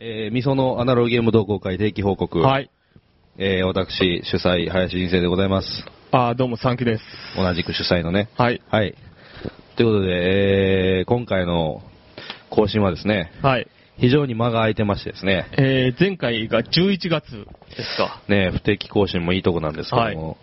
えー、みそのアナログゲーム同好会定期報告。。はいい。えー、私、主催、林人生でございます。あーどうも、サンキュです。同じく主催のね。はい。はい。ということで、えー、今回の更新はですね、はい。非常に間が空いてましてですね、えー、前回が11月ですか。ね、不定期更新もいいとこなんですけども、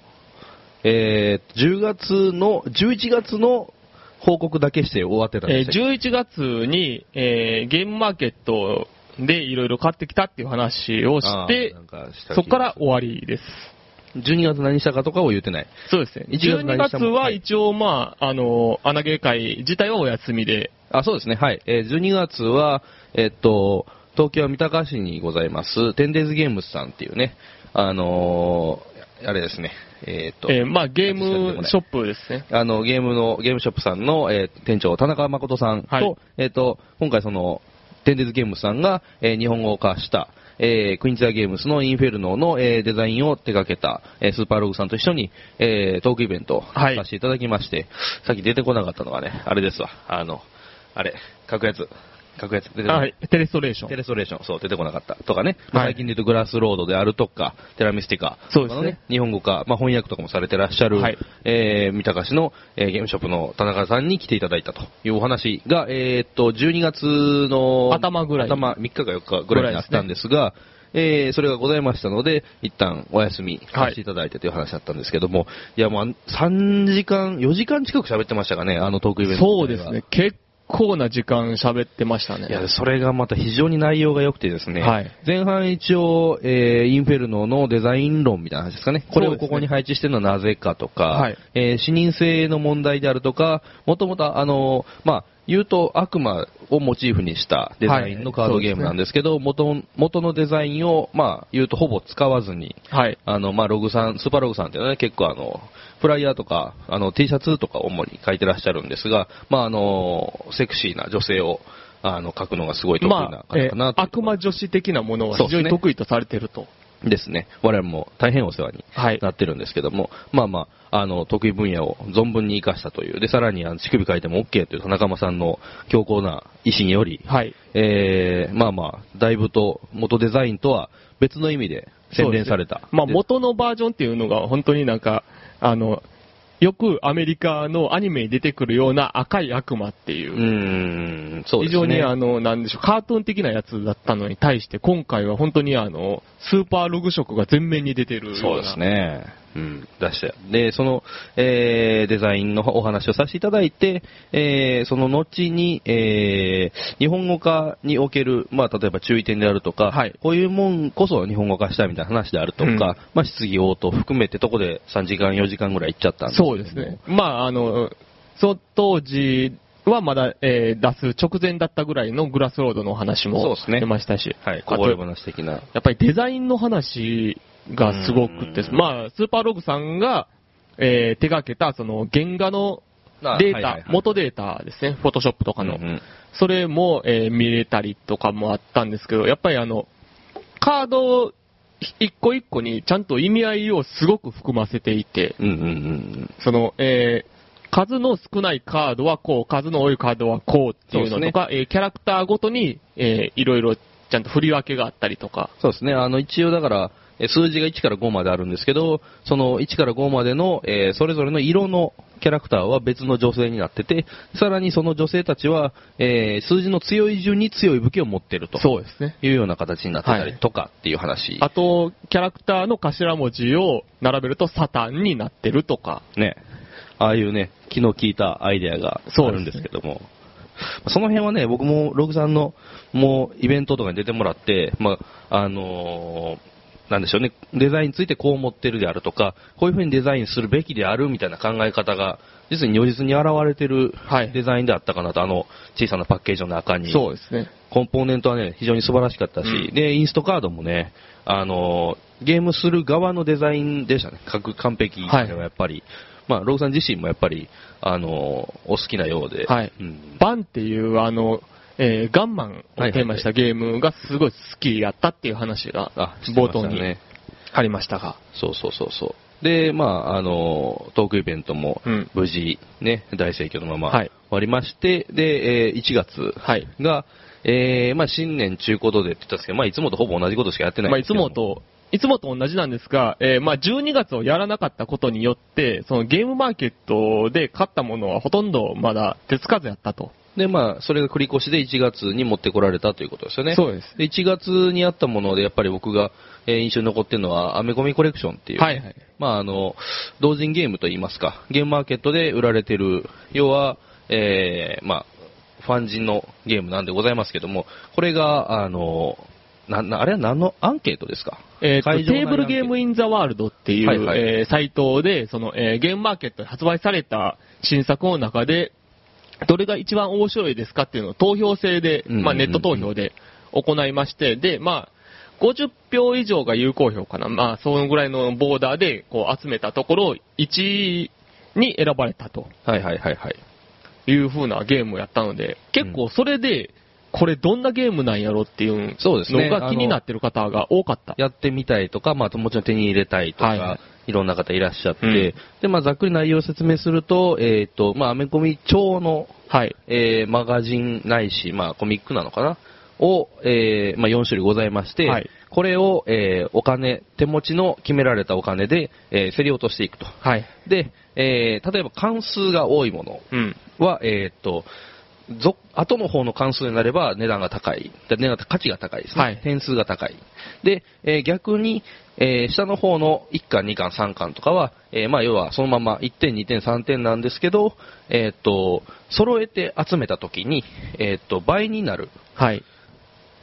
えー、10月の、11月の報告だけして終わってたんでえすー、よ。 11月に、えー、ゲームマーケットでいろいろ買ってきたっていう話をしあーてなんかした気がす、るそこから終わりです。 12月何したかとかを言ってない。そうですね。 1 12月月は一応、まあ、あの、穴毛会自体はお休みで、あ、そうですね。はい。えー12月は、えっと、東京三鷹市にございます、テンデイズゲームズさんっていうね、あのーあれですね、えっと、えー、まあ、ゲームショップですね。あの、ゲームの、ゲームショップさんの、えー店長、田中誠さんと、はいえっ、と、今回その、テンデズゲームズさんが、えー日本語化した、えークイーンズザゲームスのインフェルノの、えーデザインを手掛けた、えースーパーログさんと一緒に、えートークイベントをはいさせていただきまして、さっき出てこなかったのがね、あれですわ。あの、あれ、書くやつ。書くやつ。出てこないはい。テレストレーショテン。レストレーション、そう、出てこなかった。とかね、まあはい最近で言うとグラスロードであるとか、テラミスティカ、そうですねとかの日本語化、まあ、翻訳とかもされてらっしゃる、はいえー、三鷹市の、えーゲームショップの田中さんに来ていただいたというお話が、えーっと、12月の頭ぐらい頭、3日か4日ぐらいにあったんですが、えーそれがございましたので、一旦お休みさせていただいてという話だったんですけども、い、や、もうあん3時間、4時間近く喋ってましたかね、あのトークイベント自体は。そうですね。結構な時間喋ってましたね。いや、それがまた非常に内容が良くてですね、はい前半一応、えーインフェルノのデザイン論みたいな話ですかね、これそをうですこねこに配置してるのはなぜかとか、はいえー視認性の問題であるとか、もともと、あのーまあ、言うと悪魔をモチーフにしたデザインのカードゲームなんですけど、元元のデザインを、まあ、言うとほぼ使わずに、はい。あの、まあ、ログさん、スーパーログさんっていうのはね、結構あの、フライヤーとか、あの、T シャツとか主に書いてらっしゃるんですが、まあ、あの、セクシーな女性を、あの、書くのがすごい得意なまあ、え方かなー、と、悪魔女子的なものは非常に得意とされてると。ですね。我々も大変お世話にはいなってるんですけども、まあまあ、あの、得意分野を存分に活かしたという、で、さらに、あの、乳首書いても OK という田中間さんの強硬な意志により、はい。えー、まあまあ、だいぶと、元デザインとは別の意味で洗練された。そうですねまあ、で元のバージョンっていうのが本当になんか、あの、よくアメリカのアニメに出てくるような赤い悪魔っていうう、ーん、そうで非すね。常にあの、なんでしょう、カートゥーン的なやつだったのに対して、今回は本当にあの、スーパーログ色が全面に出てるような。そうですね。うん、出して。で、その、えーデザインのお話をさせていただいて、えーその後に、えー日本語化における、まあ、例えば注意点であるとか、はいこういうもんこそ日本語化したみたいな話であるとか、うんまあ、質疑応答含めてとこで3時間、4時間ぐらい行っちゃったんですけどそうですね。まあ、あの、その当時はまだ、えー出す直前だったぐらいのグラスロードのお話そうもですね出ましたし、はい、あことぼれ話的な。やっぱりデザインの話がすごくてう、んまあ、スーパーログさんが、えー手掛けた、その、原画のあデータ、はいはいはい元データですね、フォトショップとかの。うんうんそれも、えー見れたりとかもあったんですけど、やっぱりあの、カード一個一個にちゃんと意味合いをすごく含ませていて、うんうんうん。その、えー数の少ないカードはこう、数の多いカードはこうっていうのとか、えーキャラクターごとに、えーいろいろちゃんと振り分けがあったりとか、そうですね。あの、一応だから、え数字が1から5まであるんですけど、その1から5までの、えーそれぞれの色のキャラクターは別の女性になってて、さらにその女性たちは、えー数字の強い順に強い武器を持ってるとそうですね。いうような形になってたりとかっていう話。あと、キャラクターの頭文字を並べるとサタンになってるとか。ね。ああいうね、気の利いたアイデアがあそうるですねんですけども。その辺はね、僕もログさんの、もう、イベントとかに出てもらって、まあ、あのーなんでしょうね、デザインについてこう思ってるであるとか、こういうふうにデザインするべきであるみたいな考え方が、実に如実に現れてるはいデザインであったかなと、あの、小さなパッケージの中に。そうですね。コンポーネントはね、非常に素晴らしかったし、うんで、インストカードもね、あのー、ゲームする側のデザインでしたね。各完璧っていうのはやっぱり、まあ、ローさん自身もやっぱり、あのー、お好きなようで、はいうんバンっていう、あの、えーガンマンをテーマしたゲームがすごい好きやったっていう話があ、してま冒した頭にね。ありましたが。そうそうそうそう。で、まあ、あのー、トークイベントもうん、無事、ね、大盛況のままはい終わりまして、で、えー1月はい。が、えー、まあ新年中古度でって言ったんですけど、まあいつもとほぼ同じことしかやってないんまあ、でいすつけども。と、いつもと同じなんですが、えーまあ、12月をやらなかったことによって、そのゲームマーケットで買ったものはほとんどまだ手つかずやったと。で、まあ、それが繰り越しで1月に持ってこられたということですよね。そうです。で、1月にあったもので、やっぱり僕が、えー印象に残ってるのは、アメコミコレクションっていう、はいはい。まあ、あの、同人ゲームといいますか、ゲームマーケットで売られてる、要は、えーまあ、ファン人のゲームなんでございますけども、これが、あの、な、なあれは何のアンケートですかえーと会場内テーブルゲームインザワールドっていう、はいはいえーサイトで、その、えーゲームマーケットで発売された新作の中で、どれが一番面白いですかっていうのを投票制で、うんうんうんまあ、ネット投票で行いまして、で、まあ、50票以上が有効票かな。まあ、そのぐらいのボーダーで、こう、集めたところ、1位に選ばれたとはいはいはいはい。いう風なゲームをやったので、結構それで、これどんなゲームなんやろっていうそうですねのが気になってる方が多かった。やってみたいとか、まあ、もちろん手に入れたいとか、はいいはいろんな方いらっしゃって、うんで、まあ、ざっくり内容を説明すると、えっ、と、まあ、アメコミ調の、はい。えーマガジンないし、まあ、コミックなのかなを、えーまあ、4種類ございまして、はいこれを、えーお金、手持ちの決められたお金で、えー競り落としていくと。はい。で、えー例えば関数が多いものうん。は、えっ、と、ぞ後の方の関数になれば値段が高い。で値段が価値が高いですね。はい点数が高い。で、えー逆に、えー下の方の1巻、2巻、3巻とかは、えーまあ、要はそのまま1点、2点、3点なんですけど、えっ、と、揃えて集めた時に、えっ、と、倍になる。はい。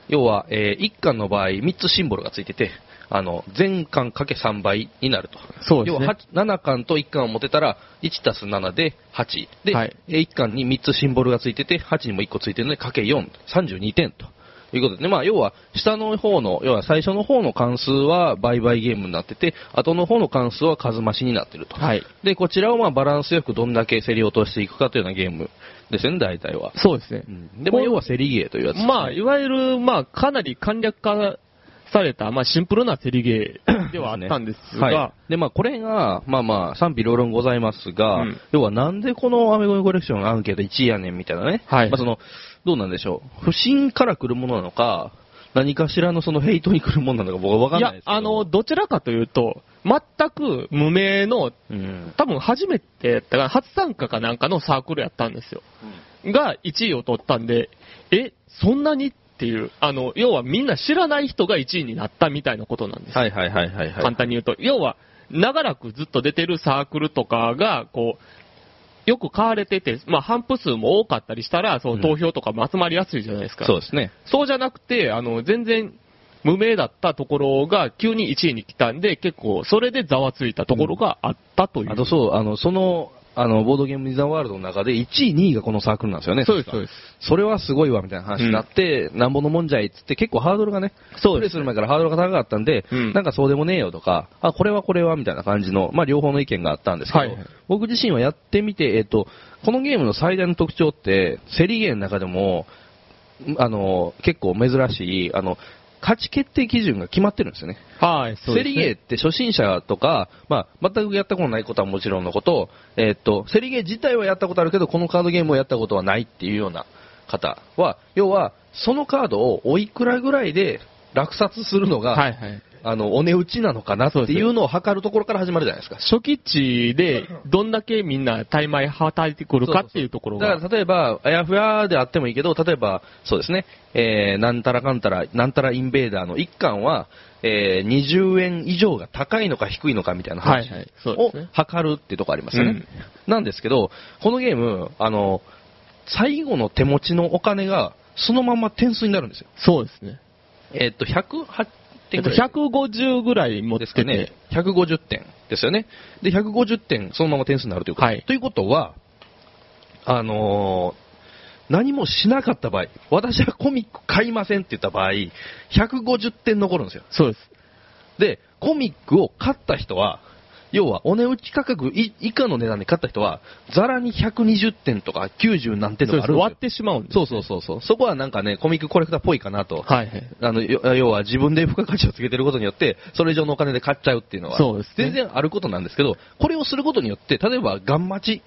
要は、え1巻の場合、3つシンボルがついてて、あの、全巻かけ3倍になると。そうで要すはね。 7巻と1巻を持てたら、1たす7で8。で、はい1巻に3つシンボルがついてて、8にも1個ついてるので、かけ4、32点と。いうことで、まあ、要は、下の方の、要は最初の方の関数は売買ゲームになってて、後の方の関数は数増しになってると。はい。で、こちらをまあバランスよくどんだけ競り落としていくかというようなゲームですよね、大体は。そうですねう。んでも、要は競りゲーというやつですね、まあ、いわゆる、まあ、かなり簡略化された、まあ、シンプルなセリゲ ーではあったんですが、はい、で、まあ、これが、まあまあ、賛否両論ございますが、うん要はなんでこのアメゴミコレクションのアンケート1位やねんみたいなね、はいまあその、どうなんでしょう、不信から来るものなのか、何かしらのそのヘイトに来るものなのか僕は分かんないやですけ、ど。あの、どちらかというと、全く無名の、うん、多分初めてやったかな、初参加かなんかのサークルやったんですよ。が1位を取ったんで、え、そんなにっていう、あの、要はみんな知らない人が1位になったみたいなことなんですよはいはいはいはいはい。簡単に言うと、要は、長らくずっと出てるサークルとかが、こう、よく買われてて、まあ、半布数も多かったりしたら、そうのん投票とかも集まりやすいじゃないですか。そうですね。そうじゃなくて、あの、全然、無名だったところが急に1位に来たんで、結構、それでざわついたところがあったという。あとそう、あの、その、あの、ボードゲームイザワールドの中で1位、2位がこのサークルなんですよね。そうです、確そうかです。それはすごいわ、みたいな話になって、なんぼのもんじゃいっつって、結構ハードルがね、そうプレでイすする前からハードルが高かったんで、うんなんかそうでもねえよとか、あ、これはこれはみたいな感じの、まあ両方の意見があったんですけど、はいはい僕自身はやってみて、えっ、と、このゲームの最大の特徴って、セリゲーの中でも、あの、結構珍しい、あの、価値決定基準が決まってるんですよね。はい、そうセです、リね。ゲーって初心者とか、まあ、全くやったことないことはもちろんのこと、えーっと、セリゲー自体はやったことあるけど、このカードゲームをやったことはないっていうような方は、要は、そのカードをおいくらぐらいで落札するのが、はい、はい。あの、お値打ちなのかなっていうのを測るところから始まるじゃないですか。初期値で、どんだけみんな、大枚はたいてくるかっていうところだが。から例えば、あやふやであってもいいけど、例えば、そうですね、えー、なんたらかんたら、なんたらインベーダーの1巻は、えー、20円以上が高いのか低いのかみたいな話。はい、はい。そうでをすね。測るってとこありますよね、うんなんですけど、このゲーム、あの、最後の手持ちのお金が、そのまま点数になるんですよ。そうですね。えっと、108点えっと、ぐらい150ぐらい持っでてすかて、ね。150点ですよね。で、150点、そのまま点数になるということ。はいということは、あのー何もしなかった場合、私はコミック買いませんって言った場合、150点残るんですよ。そうです。で、コミックを買った人は、要はお値打ち価格い以下の値段で買った人は、ざらに120点とか90何点そとうかあるんですです割よっ。てしまうんです。そうそうそうそう。そこはなんかね、コミックコレクターっぽいかなと。はいはい。あのよ要は自分で付加価値をつけてることによって、それ以上のお金で買っちゃうっていうのは、そうですね全然あることなんですけど、これをすることによって、例えば、ガン待ち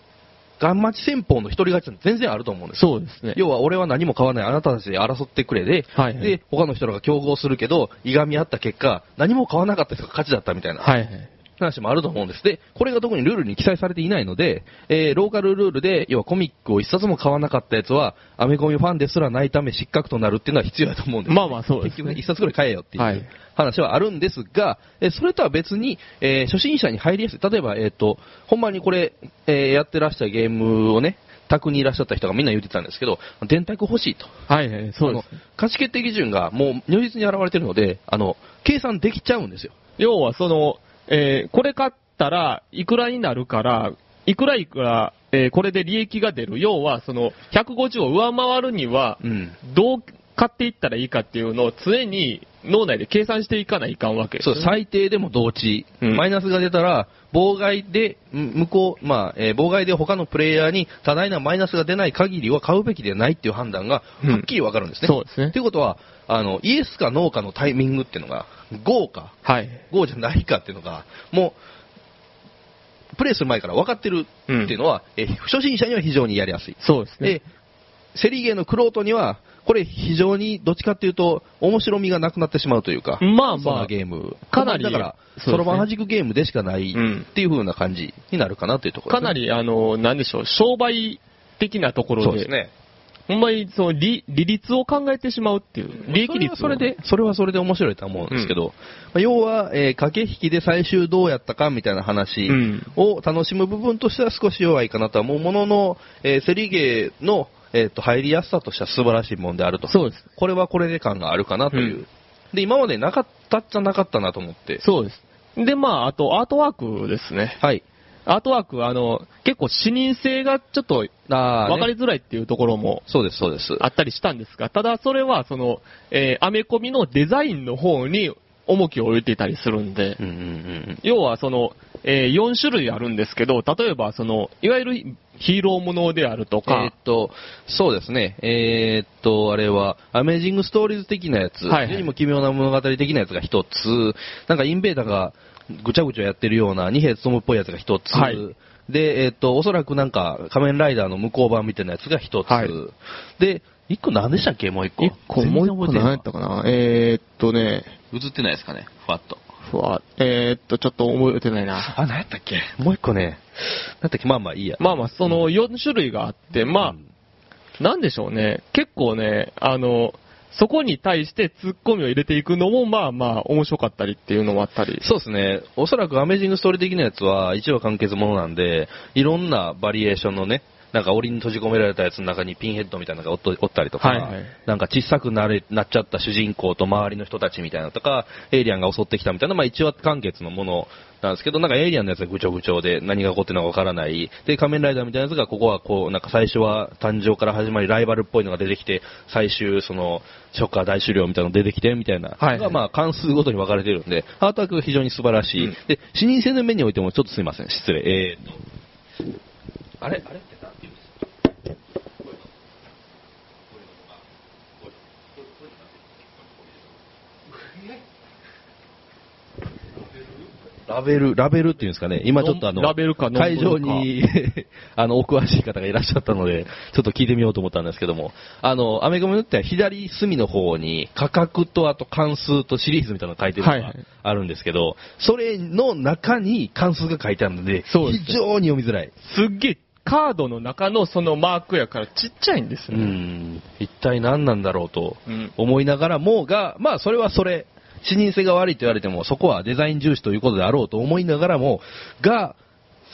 ガンマチ戦法の一人勝ちなんて全然あると思うんですよそうですね。要は俺は何も買わない、あなたたちで争ってくれで、はいはいで、他の人らが競合するけど、いがみ合った結果、何も買わなかった人が勝ちだったみたいなはいはい。話もあると思うんです。で、これが特にルールに記載されていないので、えーローカルルールで、要はコミックを一冊も買わなかったやつは、アメコミファンですらないため失格となるっていうのは必要だと思うんです。まあまあそうですね結局ね、一冊ぐらい買えよっていはうい話はあるんですが、えーそれとは別に、えー初心者に入りやすい。例えば、えっ、と、ほんまにこれ、えーやってらっしゃるゲームをね、宅にいらっしゃった人がみんな言ってたんですけど、電卓欲しいと。はいはい、そうですあ。の価値決定基準がもう如実に現れてるので、あの、計算できちゃうんですよ。要はその、えーこれ買ったらいくらになるから、いくらいくら、えーこれで利益が出る。要はその、150を上回るには、うん。どう買っていったらいいかっていうのを常に脳内で計算していかないかんわけですそね、う、最低でも同値、うんマイナスが出たら、妨害で、うん向こう、まあ、えー妨害で他のプレイヤーに多大なマイナスが出ない限りは買うべきでないっていう判断が、うんはっきりわかるんですね。そうですねということは、あの、イエスかノーかのタイミングっていうのが、GO か、はい。 GO じゃないかっていうのが、もう、プレイする前から分かってるっていうのは、えー初心者には非常にやりやすい。そうですねで。、セリゲーのクロートには、これ非常にどっちかっていうと、面白みがなくなってしまうというか、まあそんまなあ、ゲーム。かなりだから、そうですそねのまま弾くゲームでしかないうんっていう風な感じになるかなというところかですね、なり、あの、なんでしょう、商売的なところそうでで、すね。ほんまにその利利率を考えてしまうっていう、利益率をそれはそれで、それはそれで面白いとは思うんですけど、まあ要は、えー駆け引きで最終どうやったかみたいな話うんを楽しむ部分としては少し弱いかなとは思うものの、えーセリゲーの、えーと入りやすさとしては素晴らしいもんであると。そうです。これはこれで感があるかなという。うんで、今までなかったっちゃなかったなと思って。そうです。で、まあ、あと、アートワークですね。はい。アートワーク、あの、結構視認性がちょっとあーね分かりづらいっていうところもそうです、そうです。あったりしたんですが、ただそれは、その、えーアメコミのデザインの方に重きを置いていたりするんでう、んうんうん要はその、え4種類あるんですけど、例えば、その、いわゆるヒーローものであるとうん。えーかっ、と、そうですね。えーっと、あれは、アメージングストーリーズ的なやつ、はいはい世にも奇妙な物語的なやつが一つ、なんかインベーダーがぐちゃぐちゃやってるような二兵務っぽいやつが一つ、はいで、えーっと、おそらくなんか仮面ライダーの向こう版みたいなやつが一つ、はいで、一個何でしたっけもう一個。一個、もう一個全然何覚えやってたかなえー、っとね、ない。映ってないですかね、ふわっと。ふわ、えー、っと、ちょっと覚えてないな。あ、何やったっけもう一個ね、何やったっけまあまあいいや。まあまあ、その4種類があって、まあ、うんなんでしょうね、結構ね、あの、そこに対してツッコミを入れていくのも、まあまあ、面白かったりっていうのもあったり。そうですね。おそらくアメージングストーリー的なやつは一話完結ものなんで、いろんなバリエーションのね、なんか檻に閉じ込められたやつの中にピンヘッドみたいなのがおっとおったりとか、はいはいなんか小さくなれなっちゃった主人公と周りの人たちみたいなのとか、エイリアンが襲ってきたみたいな、まあ一話完結のものなんですけど、なんかエイリアンのやつがぐちょぐちょで何が起こってるのかわからない。で、仮面ライダーみたいなやつがここはこう、なんか最初は誕生から始まりライバルっぽいのが出てきて、最終その、ショッカー大狩猟みたいなの出てきてみたいな。はいがまあまあ、関数ごとに分かれてるんで、ハートワークが非常に素晴らしい。うんで、視認性の面においても、ちょっとすいません、失礼。えーと、あれあれって何て言うんですかラベル、ラベルっていうんですかね、今ちょっとあの、ラベルかノンブル会か場に あの、お詳しい方がいらっしゃったので、ちょっと聞いてみようと思ったんですけども、あの、アメコミのっては左隅の方に価格とあと関数とシリーズみたいなの書いてるのはいはがいあるんですけど、それの中に関数が書いてあるので、そうですね非常に読みづらい。すっげえ、カードの中のそのマークやからちっちゃいんでうすよね。ん、一体何なんだろうとうん思いながらもが、まあそれはそれ、視認性が悪いと言われても、そこはデザイン重視ということであろうと思いながらも、が、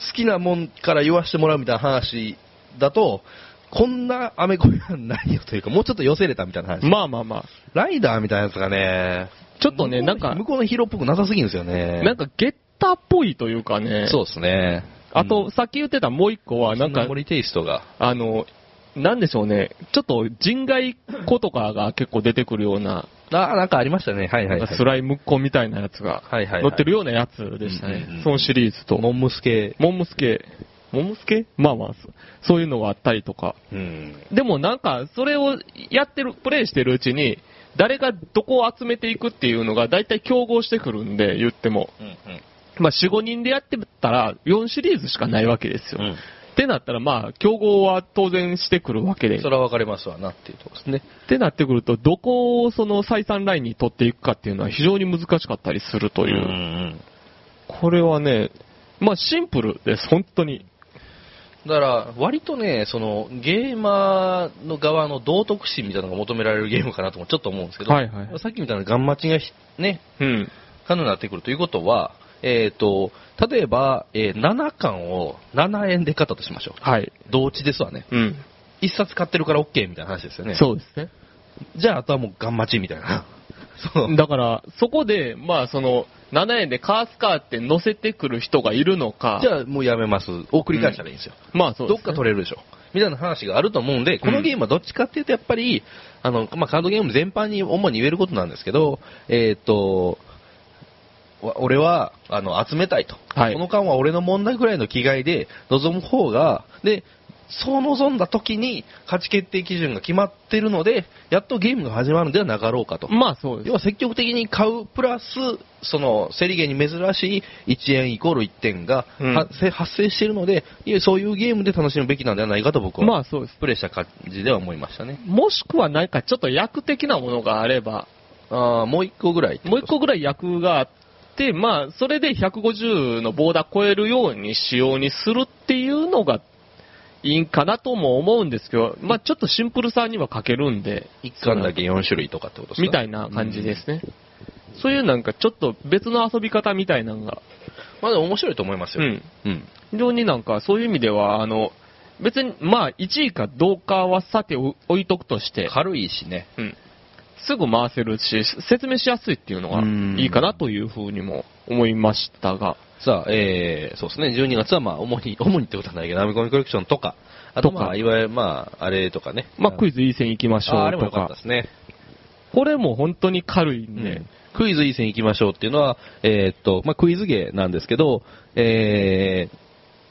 好きなもんから言わせてもらうみたいな話だと、こんなアメコミはないよというか、もうちょっと寄せれたみたいな話。まあまあまあ。ライダーみたいなやつがね、ちょっとね、向こなうんか向、こうのヒーローっぽくなさすぎるんですよね。なんかゲッターっぽいというかね。そうですね。あうと、ん、さっき言ってたもう一個は、ななんんかか、、森テイストが。あの、なんでしょうね、ちょっと人外子とかが結構出てくるような、あ、なんかありましたね。はいはい、はい。スライムっ子みたいなやつが、はいはいはい乗ってるようなやつでしたうんうんうねん。そのシリーズと。モンムス系。モンムス系。モンムス系まあまあ、そそういうのがあったりとか。うん。でもなんか、それをやってる、プレイしてるうちに、誰がどこを集めていくっていうのが大体競合してくるんで、言っても。うんうんまあ、4、5人でやってたら、4シリーズしかないわけですよ。ってなったら、まあ、競合は当然してくるわけで。それは分かれますわなっていうとこですね。ってなってくると、どこをその採算ラインに取っていくかっていうのは非常に難しかったりするという。んこれはね、まあシンプルです、本当に。うんだから、割とね、その、ゲーマーの側の道徳心みたいなのが求められるゲームかなともちょっと思うんですけど、はいはいさっきみたいなガンマチがひね、うん。可能になってくるということは、えっ、と、例えば、えー7巻を7円で買ったとしましょう。はい。同値ですわね。うん。 1冊買ってるから OK みたいな話ですよね。そうですね。じゃあ、あとはもうガンマチみたい な。そう。だから、そこで、まあその、7円でカースカーって乗せてくる人がいるのか、じゃあもうやめます。を繰り返したらいいんですよ。まあそうでどす、っか取れるでしょ。みたいな話があると思うんで、このゲームはどっちかっていうと、やっぱり、あの、まあ、カードゲーム全般に主に言えることなんですけど、えーっと、わ俺は、あの、集めたいと。はいこの間は俺の問題ぐらいの気概で望む方が、で、そう望んだ時に価値決定基準が決まってるので、やっとゲームが始まるんではなかろうかと。まあそうで要す。は積極的に買うプラス、その競りゲーに珍しい1円イコール1点がうん発生,、発生しているので、いやそういうゲームで楽しむべきなんではないかと僕は、まあそうです。プレイした感じでは思いましたね。もしくはなんかちょっと役的なものがあれば、あーもう一個ぐらい。もう一個ぐらい役があって、まあ、それで150のボーダー超えるように仕様にするっていうのがいいんかなとも思うんですけど、まあ、ちょっとシンプルさには欠けるんで、一巻だけ4種類とかってことですかみたいな感じですね。そういうなんかちょっと別の遊び方みたいなのが、まあでも面白いと思いますうよ。ん。うん非常になんかそういう意味では、あの、別に、まあ、1位かどうかはさてお置いとくとして、軽いしね。うん。すぐ回せるし、説明しやすいっていうのがいいかなというふうにも思いましたが、さあ、えー、そうですね、12月はまあ主に、 主にってことはないけど、アミコミコレクションとか、あととまかあ、いわゆるまあ、あれとかね。まあ、クイイズいい線行きましょああうれもと良かったかで、すね。これも本当に軽いんで、クイズいい線行きましょうっていうのは、えーっと、まあ、クイズ芸なんですけど、え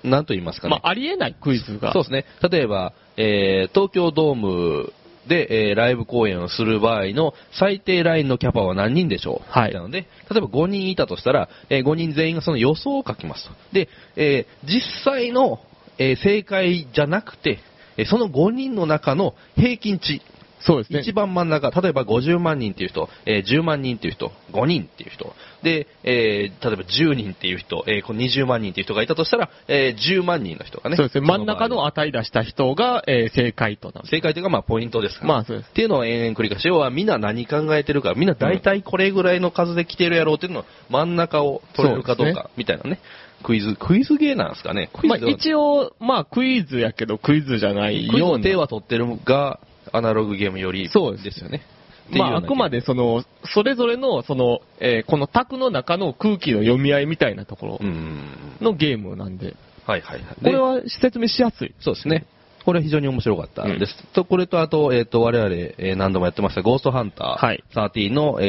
ー、なんと言いますかまね。あ、ありえないクイズがそう、ですね。例えば、えー、東京ドームで、えー、ライブ公演をする場合の最低ラインのキャパは何人でしょうはいなので、例えば5人いたとしたら、え5人全員がその予想を書きますと。で、えー実際の、えー正解じゃなくて、えーその5人の中の平均値そうですね。一番真ん中、例えば50万人っていう人、えー10万人っていう人、5人っていう人、で、えー例えば10人っていう人、えーこう20万人っていう人がいたとしたら、えー10万人の人がね、そうですね。そ真ん中場合の値出した人が、えー正解となる。正解というか、まあ、ポイントですから、まあ、そうです。っていうのを延々繰り返し、要はみんな何考えてるか、みんな大体これぐらいの数で来てるやろうっていうのを真ん中を取れるかどうそうですか、みたいなね、クイズ、クイズ芸なんですかね、クイズまあ、は、一応、まあ、クイズやけど、クイズじゃないクイズようの手な。は取ってるが、アナログゲームより、そうですですよね。まあ、っていうあようなくまで、その、それぞれの、その、えーこの卓の中の空気の読み合いみたいなところうん。のゲームなんで、はいはいはい。これは説明しやすい。そうですね。これは非常に面白かったです。と、これと、あと、えっ、と、我々、えー何度もやってました、ゴーストハンタはいー13の、え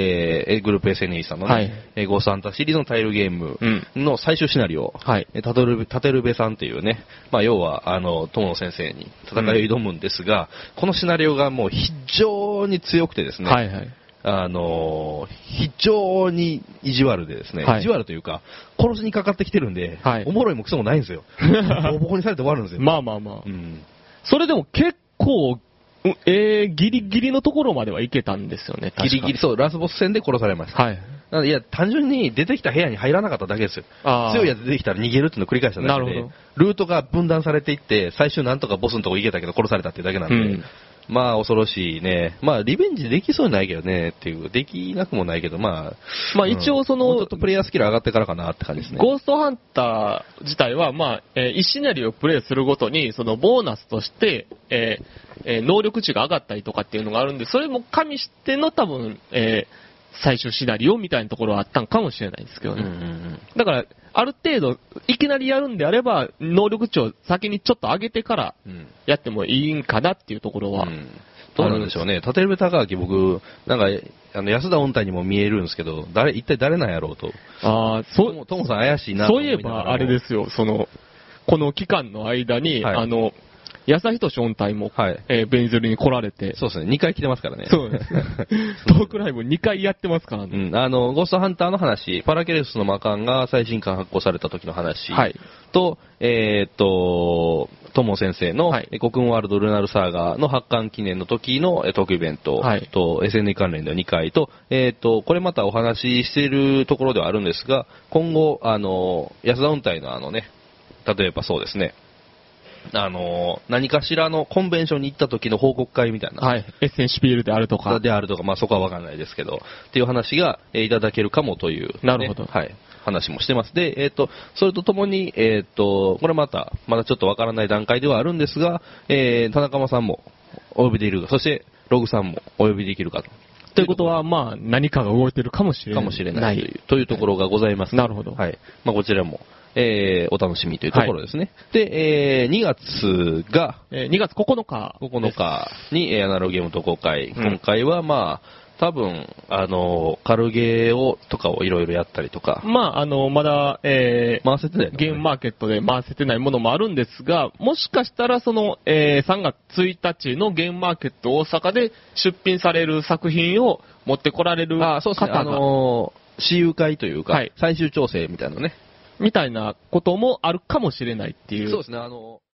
ーえーグループ SNE さんのね、はいえーゴーストハンターシリーズのタイルゲームうんの最終シナリオ、はいえータトルベタテルベさんというね、まあ、要は、あの、友野先生に戦いを挑むんですが、このシナリオがもう非常に強くてですね、はいはい。あのー非常に意地悪でですね、はい意地悪というか、殺しにかかってきてるんで、はいおもろいもクソもないん ですよ。ボコボコにされて終わるんですよ。まあまあまあう。んそれでも結構、うんえー、ギリギリのところまではいけたんですよね、確かギリギリ、。そう、ラスボス戦で殺されました。はい。なのでいや、単純に出てきた部屋に入らなかっただけですよ。あー強いやつ出てきたら逃げるっていうのを繰り返しただけなるでほ、ルートが分断されていって、最終なんとかボスのとこ行けたけど殺されたっていうだけなんで、うんまあ恐ろしいね。まあリベンジできそうにないけどねっていう、できなくもないけど、まあ、まあ一応そのもうちょっとプレイヤースキル上がってからかなって感じですね。ゴーストハンター自体は、まあ、えー、1シナリオをプレイするごとに、そのボーナスとして、えーえー能力値が上がったりとかっていうのがあるんで、それも加味しての多分、えー最終シナリオみたいなところはあったんかもしれないですけどうんね。うんうんだから、ある程度、いきなりやるんであれば、能力値を先にちょっと上げてからうんやってもいいんかなっていうところは、うんどうなんでしょうね、立部高明、僕、なんかあの安田音体にも見えるんですけど、誰一体誰なんやろうと、ああ、とそもともさん怪しいなとそう思いなえがらもば、あれですよ、その、この期間の間に、はいあの、安田人正体も、はいえーベンズルに来られて、そうですね、2回来てますからね。そ うですね。トークライブ2回やってますからうね。ん、あの、ゴーストハンターの話、パラケレスの魔漢が最新刊発行された時の話はいと、えーっと、トモ先生の、はいえ国運ワールドルナルサーガーの発刊記念の時のえトークイベントと、はい SNE 関連では2回と、えーっと、これまたお話ししているところではあるんですが、今後、あの、安田音体のあのね、例えばそうですね、あの、何かしらのコンベンションに行った時の報告会みたいな、はい。エッセンシュピールであるとか。であるとか、まあ、そこは分かんないですけど、っていう話が、えーいただけるかもという、なるほどはい、話もしてます。で、えっ、と、それとともに、えっ、と、これまた、まだちょっと分からない段階ではあるんですが、えー、田中間さんもお呼びできるか、そして、ログさんもお呼びできるかと。ということは、まあ、何かが動いてるかもしれなかい。もしれないというというところがございます。なるほどはい。まあ、こちらも、えー、お楽しみというところですね。で、えー、2月が、えー2月9日。 9日にえーアナログゲーム投稿会、うん今回はまあ、多分、あの、軽ゲーを、とかをいろいろやったりとか、まあ、あの、まだ、えー回せてないのゲームマーケットで回せてないものもあるんですが、もしかしたらその、えー3月1日のゲームマーケット大阪で出品される作品を持ってこられるあ方そうですね、が、あのー、私有会というか、はい最終調整みたいなのね。みたいなこともあるかもしれないっていう。そうですね、あのー